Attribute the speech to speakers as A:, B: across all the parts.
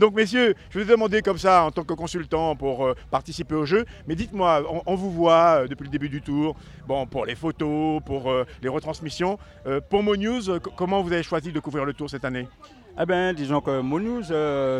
A: Donc messieurs, je vais vous demander comme ça en tant que consultant pour euh, participer au jeu, mais dites-moi, on, on vous voit euh, depuis le début du tour, bon pour les photos, pour euh, les retransmissions, Euh, pour MoNews, euh, co- comment vous avez choisi de couvrir le tour cette année
B: Eh bien, disons que Monus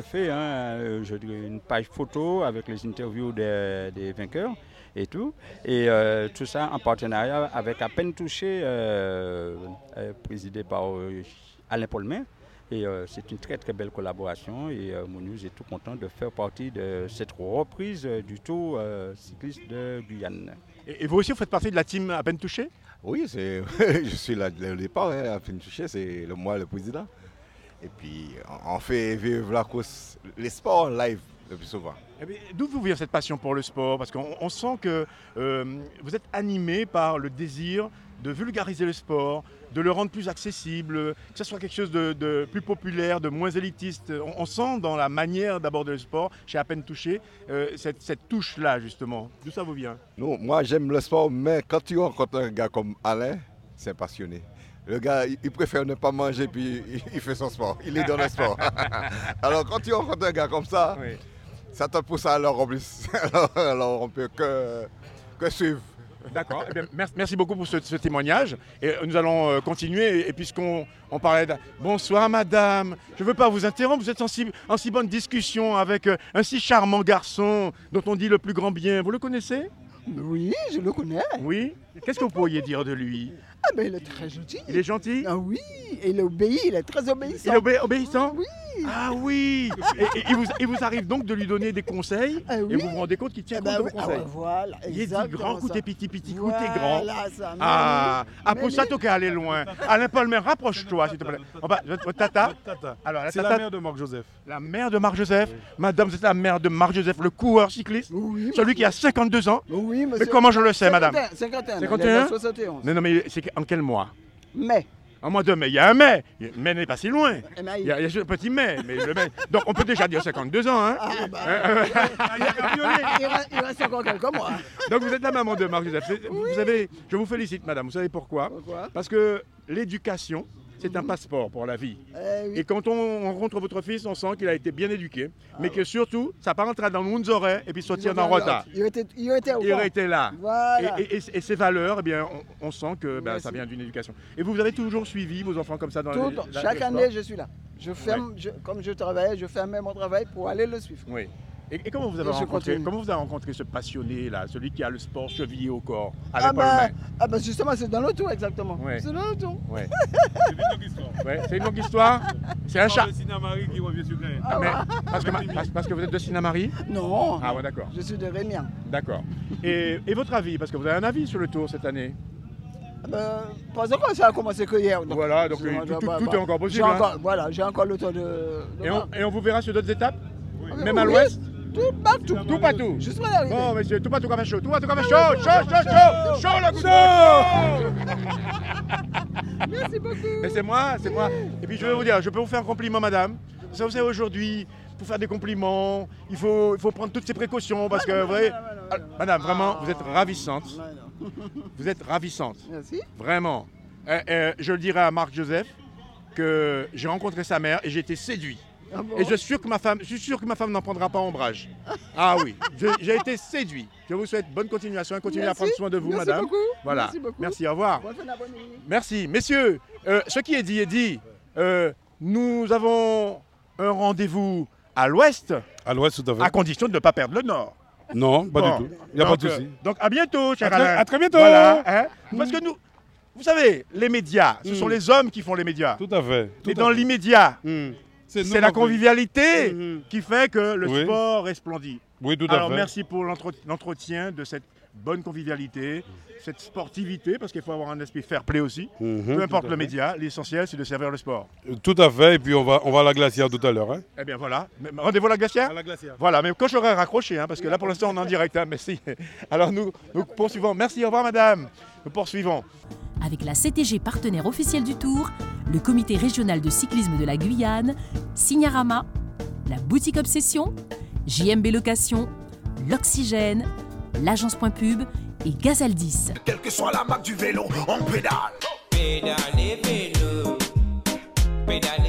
B: fait hein, euh, je dirais une page photo avec les interviews des, des vainqueurs et tout. Et euh, tout ça en partenariat avec À peine touché, euh, euh, présidé par euh, Alain Paulmin. Et euh, c'est une très très belle collaboration et euh, Monus est tout content de faire partie de cette reprise euh, du tour euh, cycliste de Guyane.
A: et, et vous aussi, vous faites partie de la team à peine touchée
C: Oui, c'est, je suis là dès le départ, hein, à Finchouché, c'est le, moi le président. Et puis, on on fait vivre la course, les sports live le plus souvent.
A: Eh bien, D'où vous vient cette passion pour le sport Parce qu'on on sent que euh, vous êtes animé par le désir de vulgariser le sport, de le rendre plus accessible, que ce soit quelque chose de, de plus populaire, de moins élitiste. On, on sent dans la manière d'aborder le sport, chez à peine touché, euh, cette, cette touche-là justement. D'où ça vous vient
C: Non, moi, j'aime le sport, mais quand tu rencontres un gars comme Alain, c'est un passionné. Le gars, il il préfère ne pas manger, puis il- il fait son sport. Il est dans le sport. Alors, quand tu rencontres un gars comme ça, ça te pousse à l'or en plus. Alors, alors, on peut que, que suivre.
A: D'accord. Eh bien, merci, merci beaucoup pour ce, ce témoignage. Et euh, nous allons euh, continuer. Et, et puisqu'on on parlait de... Bonsoir madame, je ne veux pas vous interrompre, vous êtes en si, en si bonne discussion avec euh, un si charmant garçon dont on dit le plus grand bien. Vous le connaissez
D: Oui, je le connais.
A: Oui. Qu'est-ce que vous pourriez dire de lui
D: Ah ben, il est très gentil.
A: Il est gentil
D: Ah oui, il obéit, il est très
A: Il
D: obéissant.
A: est obé- obéissant
D: Oui.
A: Ah oui et, et il vous, il vous arrive donc de lui donner des conseils
D: Ah
A: et
D: oui.
A: vous vous rendez compte qu'il tient
D: Ah
A: compte
D: ben
A: de
D: oui,
A: vos
D: ah ouais,
A: conseils.
D: voilà,
A: Il est dit
D: exactement
A: grand,
D: ça.
A: coûtez petit, petit, coûtez grand.
D: Voilà ça,
A: Ah, ah
D: mais
A: pour
D: oui.
A: ça, t'as aller loin. Alain Palmer, rapproche-toi, s'il te plaît. On va, votre tata.
E: Votre tata.
A: Alors, la
E: C'est
A: tata,
E: la mère de Marc Joseph.
A: de Marc Joseph. Madame, c'est la mère de Marc Joseph, le coureur cycliste.
D: Oui, monsieur.
A: Celui qui a 52 ans.
D: Oui, monsieur.
A: Mais comment je le sais, madame
D: 51, 51, il est
A: 51?
D: de 71.
A: Non, non, mais c'est en quel mois
D: Mais,
A: En mois de mai. Il y a un mai. Il- Mai n'est pas si loin.
D: eh ben,
A: Il y a, il y a ce petit mai, mais le mai. Donc, on peut déjà dire 52 ans. Hein
D: Ah, bah, il, reste, il reste encore quelques mois.
A: Donc, vous êtes la maman de Marc Joseph. C'est- Vous savez, je vous félicite, madame. Vous savez pourquoi
D: Pourquoi
A: Parce que l'éducation, c'est un passeport pour la vie.
D: Eh oui.
A: Et quand on rencontre votre fils, on sent qu'il a été bien éduqué, mais que surtout, ça pas rentrer dans le monde oreilles et puis sortir en retard.
D: Il était, il était au
A: Il
D: fond.
A: aurait été là.
D: Voilà.
A: Et, et- et- et ces valeurs, eh bien, on, on sent que ben,
D: Merci.
A: ça vient d'une éducation. Et vous, vous avez toujours suivi vos enfants comme ça dans
D: Tout-
A: les- la-
D: chaque
A: le sport
D: année, je suis là. Je ferme, je- comme je travaillais, je fermais mon travail pour aller le suivre.
A: Oui. Et, et comment vous avez
D: Et je
A: rencontré
D: continue.
A: Comment vous avez rencontré ce passionné là, celui qui a le sport chevillé au corps, avec
D: Ah bah,
A: Paul
D: ah bah justement, c'est dans le tour exactement.
A: Ouais.
D: C'est dans le tour.
A: May Ouais, C'est une longue histoire. C'est un chat.
E: Charles Sinamari qui revient sur Guyane.
D: Ah
A: Mais-
D: bah,
A: parce, que, ma- parce- parce que vous êtes de Sinamari
D: non,
A: Ah ouais, d'accord.
D: je suis de Rémian.
A: D'accord. Et, et votre avis Parce que vous avez un avis sur le tour cette année
D: Ah bah, parce que ça a commencé que hier. donc-
A: Voilà, donc, euh,
D: Ah,
A: tout-
D: bah,
A: tout-
D: bah,
A: tout est encore possible,
D: j'ai
A: hein.
D: encore- voilà, j'ai encore le temps de. de
A: Et on,
D: voir.
A: et on vous verra sur d'autres étapes
D: Ah,
A: Même à
D: oui,
A: l'ouest
D: Tout partout.
A: Tout partout
D: Jusqu'à l'arrivée.
A: Bon messieurs, tout partout comme un chaud, tout partout comme un chaud, chaud, chaud, chaud, chaud le coup
D: Merci beaucoup.
A: Mais c'est moi, c'est moi. Et puis je vais vous dire, je peux vous faire un compliment madame. Ça vous savez aujourd'hui, pour faire des compliments, il faut, il faut prendre toutes ces précautions parce que vous voyez... Ah, Madame, vraiment, vous êtes ravissante.
D: Non, non.
A: Vous êtes ravissante.
D: Merci.
A: Vraiment. Euh, euh, je le dirai à Marc Joseph que j'ai rencontré sa mère et j'ai été séduit.
D: Ah bon.
A: Et je suis sûr que ma femme, je suis sûr que ma femme n'en prendra pas ombrage. Ah oui, je- j'ai été séduit. Je vous souhaite bonne continuation et continuez à
D: Merci.
A: prendre soin de vous,
D: Merci
A: madame.
D: beaucoup.
A: Voilà.
D: Merci beaucoup.
A: au revoir.
D: Bonne fin d'après-midi.
A: Merci. Messieurs, euh, ce qui est dit est dit. Euh, nous avons un rendez-vous à l'ouest,
E: À l'ouest, tout à fait.
A: à condition de ne pas perdre le nord.
E: Non, pas
A: Bon.
E: du tout. Il n'y a pas
A: Donc,
E: de
A: euh,
E: souci.
A: donc à bientôt, cher
E: À très-
A: Alain.
E: à très bientôt. Mmh.
A: Voilà, hein. Parce que nous, vous savez, les médias, ce sont
E: Mm.
A: les hommes qui font les médias.
E: Tout à fait. Tout
A: Et
E: à
A: dans
E: fait.
A: l'immédiat,
E: Mm. nous,
A: c'est la
E: Marc Joseph.
A: convivialité
E: Mhm.
A: qui fait que le
E: Oui.
A: sport resplendit.
E: Oui, tout à
A: Alors
E: fait.
A: merci pour l'entre- l'entretien de cette bonne convivialité, cette sportivité, parce qu'il faut avoir un esprit fair-play aussi.
E: Mhm,
A: Peu
E: tout
A: importe
E: à
A: le
E: fait.
A: média, l'essentiel c'est de servir le sport.
E: Tout à fait. Et puis, on va, on va à la glacière tout à l'heure. hein.
A: Eh bien voilà, Mais- mais rendez-vous à la glacière
E: la glacière.
A: Voilà, mais quand j'aurai raccroché, hein, parce que là pour l'instant on est en direct, hein, merci. Alors nous, nous poursuivons, merci, au revoir madame, nous poursuivons.
F: avec la CTG partenaire officielle du Tour, le comité régional de cyclisme de la Guyane, Signarama, la boutique Obsession, JMB Location, l'Oxygène, l'agence Point Pub et Gazaldis.
G: Quelle que soit la marque du vélo, on pédale.
H: Pédalez, vélo. Pédalez,